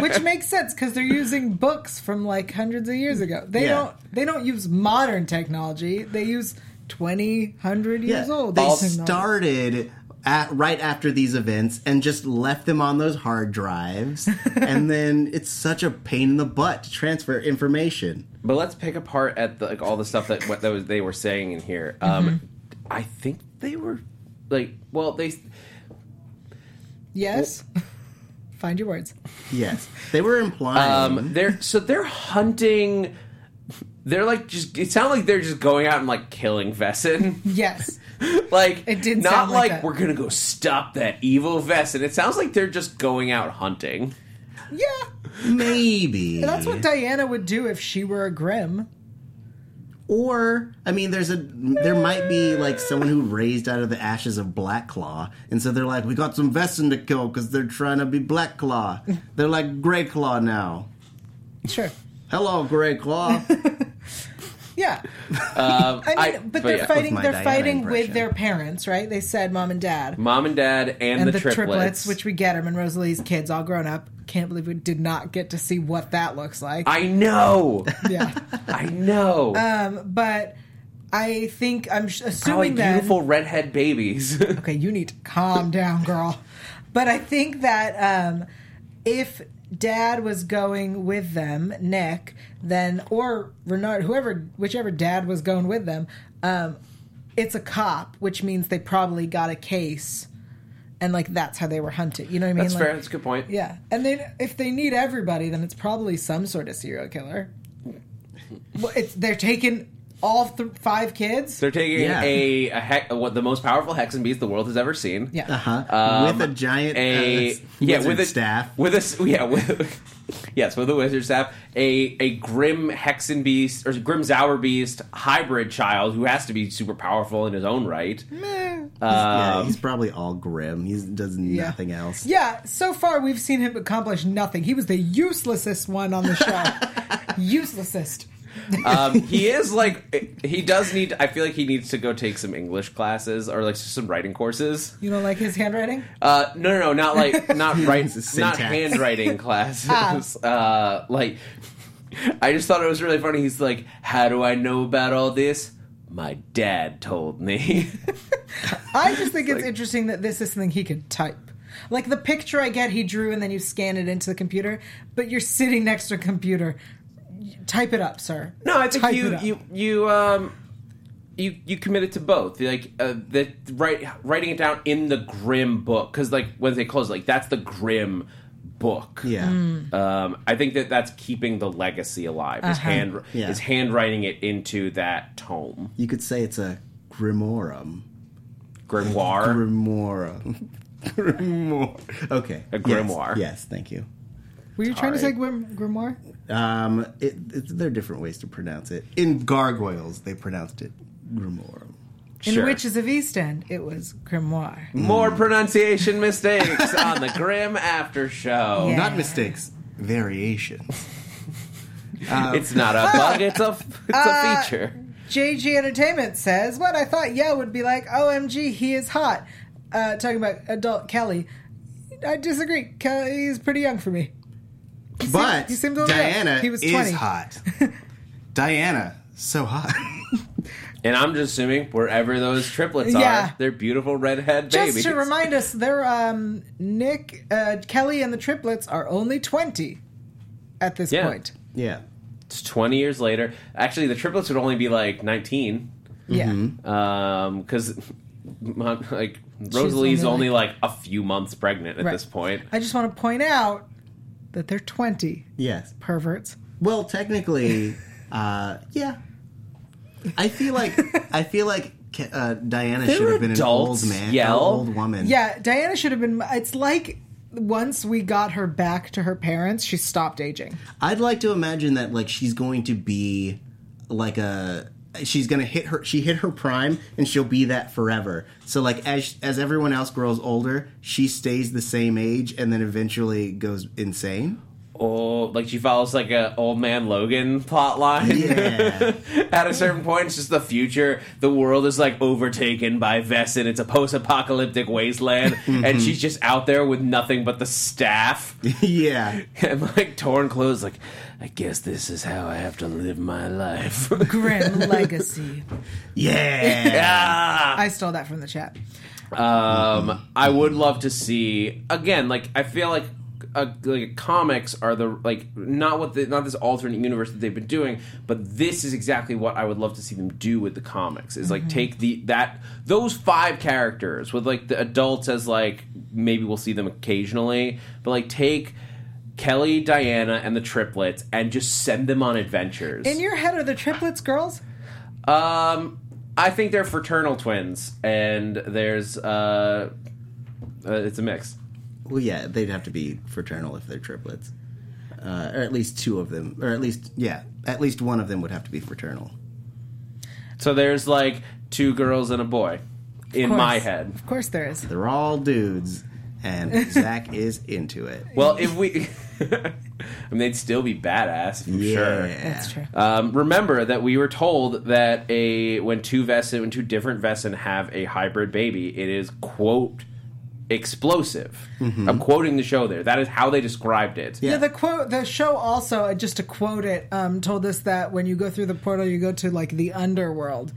which makes sense because they're using books from like hundreds of years ago. They
Yeah.
don't they don't use modern technology. They use 20, 100 years old.
They
technology.
started at right after these events and just left them on those
<laughs>
hard drives. and then it's such a pain in the butt to transfer information.
But let's pick apart at the, like all the stuff that what that was, they were saying in here. Um,
Mm-hmm.
I think they were like, well, they
Yes. <laughs> Find your words.
Yes, they were implying.
Um, they're so they're hunting. They're like just. It sounded like they're just going out and like killing Vessin.
Yes.
<laughs> like
It did
not
sound like
like,
that.
we're gonna go stop that evil Vessin. It sounds like they're just going out hunting.
Yeah.
maybe
That's what Diana would do if she were a grim.
or I mean, there's a there might be like someone who raised out of the ashes of Black Claw, and so they're like, we got some Vessin to kill because they're trying to be Black
<laughs>
Claw. They're like Gray Claw now.
Sure.
Hello,
<laughs>
Gray Claw.
Yeah.
Um,
<laughs> I mean, but, they're
yeah.
fighting
my
they're
Diana
fighting
impression.
with their parents, right? They said mom and dad.
Mom and Dad and,
and
the,
the, triplets.
triplets,
which we get are Rosalie's kids, all grown up. Can't believe we did not get to see what that looks like.
I
<laughs>
know.
yeah,
I know.
Uh, but I think I'm sh-
Probably
assuming that.
beautiful redhead babies. <laughs>
Okay, you need to calm down, girl. But I think that um, if Dad was going with them, Nick, then or Renard, whoever, whichever Dad was going with them, um, it's a cop, which means they probably got a case, and like that's how they were hunted. You know what I mean?
That's
Like,
fair. That's a good point.
Yeah, and then if they need everybody, then it's probably some sort of serial killer. well, it's, they're taking all th- five kids.
They're taking
Yeah.
a, a heck, what the most powerful hex and beast the world has ever seen.
yeah,
with a giant
Um, a
uh,
yeah
wizard
with a
staff.
with a s- yeah with <laughs> yes with a wizard staff a a grim hexen beast or grim Zauber beast hybrid child who has to be super powerful in his own right.
yeah, he's probably all grim. He does nothing else.
Um, Yeah, so far we've seen him accomplish nothing. He was the uselessest one on the
<laughs>
show. uselessest.
Um, he is like he does need. I feel like he needs to go take some English classes or like some writing courses.
You don't like his handwriting?
<laughs> Uh, no, no, no, not
<laughs>
like not write,
Syntax.
not
<laughs>
handwriting classes. Uh, like, I just thought it was really funny. He's like, "How do I know about all this? My dad told me." <laughs>
I just think it's interesting that this is something he could type. Like the picture I get he drew and then you scan it into the computer, but you're sitting next to a computer. Y- Type it up, sir.
No, I think
Type it
you
up.
you you um you you committed to both. Like uh, the write, writing it down in the grim book because like when they close, like that's the grim book.
Yeah.
Mm.
Um, I think that that's keeping the legacy alive. Is
Uh-huh.
hand
Yeah.
is handwriting it into that tome
You could say it's a grimorum.
grimoire.
Grimorum. <laughs> Grimoire. Okay.
A grimoire.
Yes, yes thank you.
Were you trying to say
Tari.
Grim- grimoire?
Um, it, it, there are different ways to pronounce it. In Gargoyles, they pronounced it Grimorum.
In
Sure.
Witches of East End, it was grimoire.
More pronunciation mistakes on the Grim After Show.
Yeah.
Not mistakes, variations.
It's not a bug, it's a, it's
Uh,
a feature.
JG Entertainment says, "What I thought Yo would be like, OMG, he is hot." Uh, talking about adult Kelly, I disagree. Kelly is pretty young for me. <laughs>
But
he seemed a little
Diana
young. He was
is
20. <laughs>
hot. Diana, so hot.
And I'm just assuming wherever those triplets
Yeah.
are, they're beautiful redhead
Just
babies.
to remind us, they're um, Nick, uh, Kelly, and the triplets are only twenty at this
Yeah.
point.
yeah.
It's 20 years later. Actually, the triplets would only be like 19.
Yeah,
Um, <laughs> because like Rosalie's
only,
only like, a few months pregnant at
Right.
this point.
I just want to point out that they're twenty
Yes.
perverts.
Well, technically, uh, yeah. I feel like I feel like Ke- uh, Diana should have been
adults,
an old man,
yell.
an old woman.
Yeah, Diana should have been. It's like once we got her back to her parents, she stopped aging.
I'd like to imagine that like she's going to be like a she's going to hit her she hit her prime and she'll be that forever. So like as as everyone else grows older, she stays the same age and then eventually goes insane.
Oh, like she follows like a old man Logan plot line.
Yeah.
<laughs> At a certain point, it's just the future. The world is like overtaken by Vessin. It's a post-apocalyptic wasteland, and she's just out there with nothing but the staff
<laughs> yeah.
and like torn clothes. Like, I guess this is how I have to live my life. <laughs>
Grim legacy.
Yeah.
I stole that from the chat.
Um, I would love to see again. Like I feel like uh like comics are the like not what the, not this alternate universe that they've been doing, but this is exactly what I would love to see them do with the comics. Is like take the that those five characters with like the adults as like maybe we'll see them occasionally, but like take. Kelly, Diana, and the triplets, and just send them on adventures.
In your head are the triplets girls?
Um, I think they're fraternal twins, and there's uh, uh it's a mix.
Well, yeah, they'd have to be fraternal if they're triplets, uh, or at least two of them, or at least yeah, at least one of them would have to be fraternal.
So there's like two girls and a boy in
Of course.
my head.
Of course there is.
They're all dudes,
<laughs>
and Zach is into it.
Well, if we, <laughs> I mean, they'd still be badass for sure.
That's true.
Um, remember that we were told that a when two Vessin when two different Vessin have a hybrid baby, it is quote explosive. I'm quoting the show there. That is how they described it.
Yeah. the quote, the show also, uh, just to quote it, um, told us that when you go through the portal, you go to like the underworld.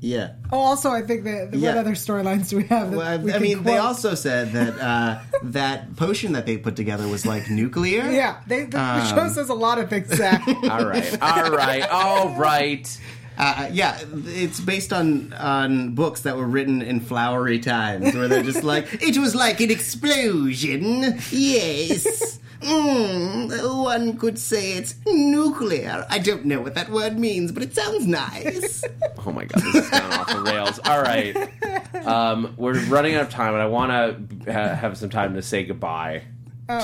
Yeah.
Oh, also, I think that what
Yeah.
other storylines do we have? That
Well, I,
we
I
can
mean, they
quote?
also said that uh, that potion that they put together was like nuclear.
Yeah, they, the, the show says a lot of things, <laughs> Zach.
All right. All right. All right.
Uh, yeah, it's based on on books that were written in flowery times, where they're just like, <laughs> it was like an explosion.
<laughs>
Yes. Mm, one could say it's nuclear. I don't know what that word means, but it
<laughs>
sounds nice.
Oh my god, this is going off the rails. All right, um, we're running out of time, and I want to ha- have some time to say goodbye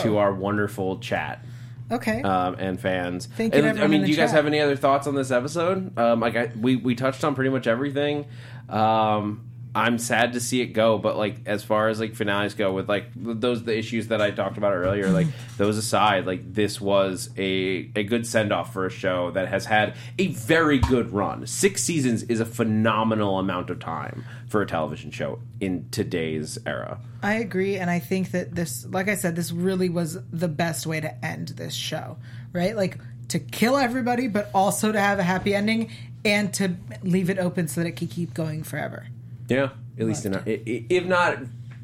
to our wonderful chat
okay.
um, and fans.
Thank you
and,
to
I
everyone
mean, do
in the
you guys
chat.
have any other thoughts on this episode? Um, like, I, we we touched on pretty much everything. Um, I'm sad to see it go, but like as far as like finales go, with like those the issues that I talked about earlier,
<laughs>
like those aside, like this was a a good send off for a show that has had a very good run. Six seasons is a phenomenal amount of time for a television show in today's era.
I agree, and I think that this, like I said, this really was the best way to end this show, right? Like to kill everybody, but also to have a happy ending and to leave it open so that it can keep going forever.
Yeah, at least in our, i- i- if not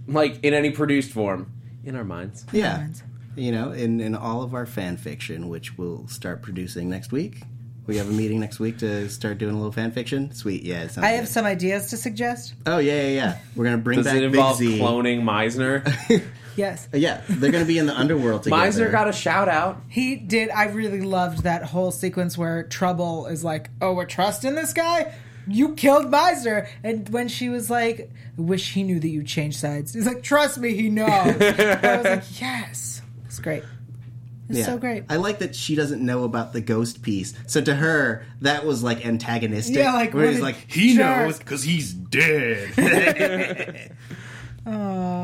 like in any produced form, in our minds.
yeah. You know, in, in all of our fan fiction, which we'll start producing next week. We have a meeting next week to start doing a little fan fiction. Sweet, yeah. it sounds
I have
good.
some ideas to suggest.
Oh yeah, yeah, yeah. We're gonna bring
Does
back
it involve
Big Z.
cloning Meisner?
Yes,
Yeah, they're gonna be in the underworld
<laughs>
together.
Meisner got a shout out.
he did. I really loved that whole sequence where Trouble is like, "Oh, we're trusting this guy." You killed Meiser, and when she was like, "Wish he knew
<laughs>
that you changed sides," he's like, "Trust me, he knows." I was like, "Yes, it's great." It's so great.
I like that she doesn't know about the ghost piece. So to her, that was like antagonistic.
Yeah, like,
where
what
he's
a
like,
He
jerk.
knows because he's dead.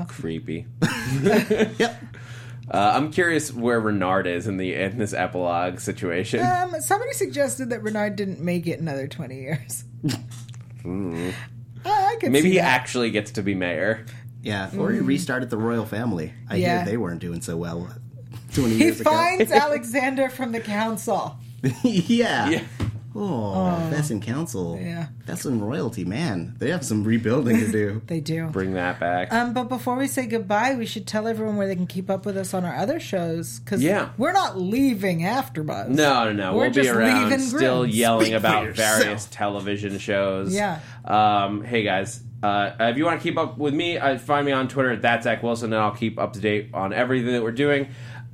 Creepy.
<laughs> yep.
Uh, I'm curious where Renard is in the in this epilogue situation.
Um, somebody suggested that Renard didn't make it another 20
<laughs>
years. Uh, I could
Maybe
see
he
that.
actually gets to be mayor.
Yeah, or he restarted the royal family. I
Mm. Yeah.
hear they weren't doing so well. Twenty
He
years ago.
<laughs>
finds Alexander from the council.
<laughs> yeah.
Yeah.
Oh, that's in council.
Yeah.
That's in royalty, man. They have some rebuilding to
<laughs>
do.
They do.
Bring that back.
Um, but before we say goodbye, we should tell everyone where they can keep up with us on our other shows because
Yeah.
we're not leaving AfterBuzz.
No, no, no.
We're
we'll be
just
around
leaving
still
Grimm's.
yelling
Speak for
about
yourself.
various television shows.
Yeah.
Um, hey, guys. Uh, if you want to keep up with me, uh, find me on Twitter at that's Zach Wilson, and I'll keep up to date on everything that we're doing.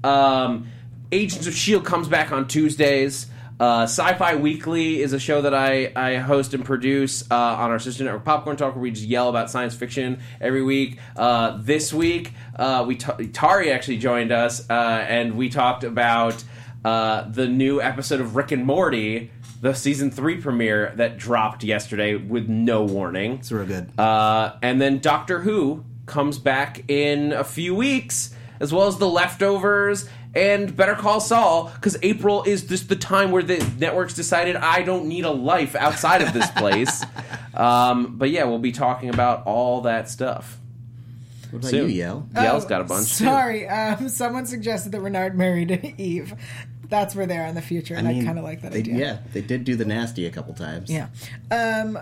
Um, Agents of S.H.I.E.L.D. comes back on Tuesdays. Uh, Sci Fi Weekly is a show that I, I host and produce uh, on our sister network Popcorn Talk, where we just yell about science fiction every week. Uh, this week, uh, we t- Tari actually joined us, uh, and we talked about uh, the new episode of Rick and Morty, the season three premiere that dropped yesterday with no warning.
It's real good.
Uh, and then Doctor Who comes back in a few weeks, as well as The Leftovers and Better Call Saul, because April is just the time where the networks decided I don't need a life outside of this
<laughs>
place. um, but yeah, we'll be talking about all that stuff.
what about
soon.
you, Yell?
Oh,
Yell's got a bunch. too.
Sorry, um, someone suggested that Renard married <laughs> Eve. That's where they are in the future, and I, kind of like that
they,
idea.
Yeah, they did do the nasty a couple times.
Yeah. Um,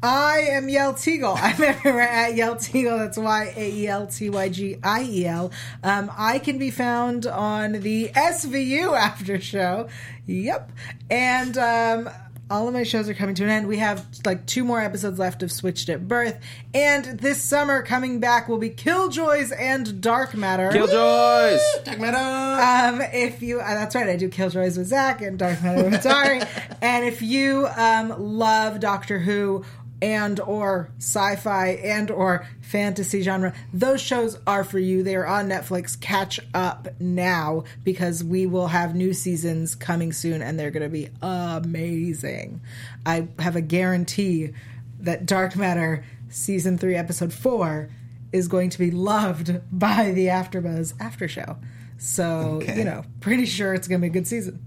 I am Yel Teagle. <laughs> I'm everywhere at Yel Teagle. That's Y A E L T Y G I E L. Um, I can be found on the SVU after show. Yep. And um, all of my shows are coming to an end. We have like two more episodes left of Switched at Birth. And this summer, coming back will be Killjoys and Dark Matter.
Killjoys!
Um, if you, uh, that's right, I do Killjoys with Zach and Dark Matter with Dari. and if you um, love Doctor Who and or sci-fi and or fantasy genre, those shows are for you. They are on Netflix. Catch up now because we will have new seasons coming soon, and they're going to be amazing. I have a guarantee that Dark Matter season three, episode four. Is going to be loved by the AfterBuzz after show. So, you know, pretty sure it's going to be a good season.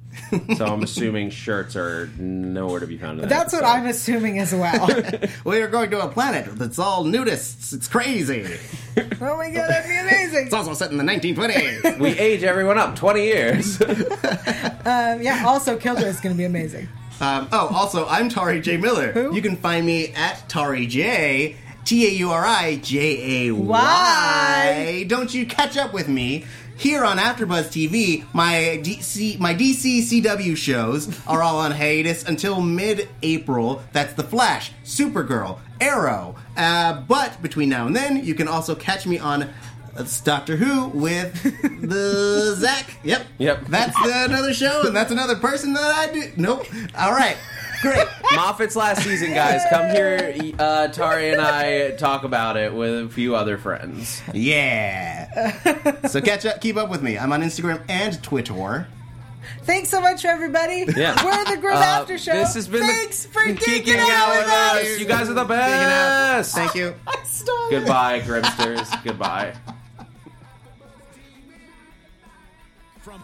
so I'm assuming shirts are nowhere to be found. In that
That's what
episode.
I'm assuming
<laughs>
as well. Oh
We are going to a planet that's all nudists. It's crazy. It's
oh my God, that'd be amazing.
also set in the 1920s.
We age everyone up 20 years. <laughs>
Um, yeah, also, Killjoy is going to be amazing.
um, oh, also, I'm Tari J. Miller. You can find me at Tari J. T A U R I J A
Why?
Y. Don't you catch up with me? Here on AfterBuzz TV, my DC, my DC CW shows are all on hiatus until mid-April. That's The Flash, Supergirl, Arrow. Uh, but between now and then, you can also catch me on uh, Doctor Who with the Zach. Yep,
Yep.
That's another show, and that's another person that I do. Nope. All right, great.
Moffat's last season, guys. Come here. Uh, Tari and I talk about it with a few other friends.
Yeah. so catch up, keep up with me. I'm on Instagram and Twitter.
Thanks so much, everybody.
Yeah.
We're the Grim
Uh,
After Show.
This has been the-
Thanks for
been
geeking out with us.
You guys are the
Geeking out.
best.
Thank you.
I stole it.
Goodbye, Grimsters. Goodbye.
From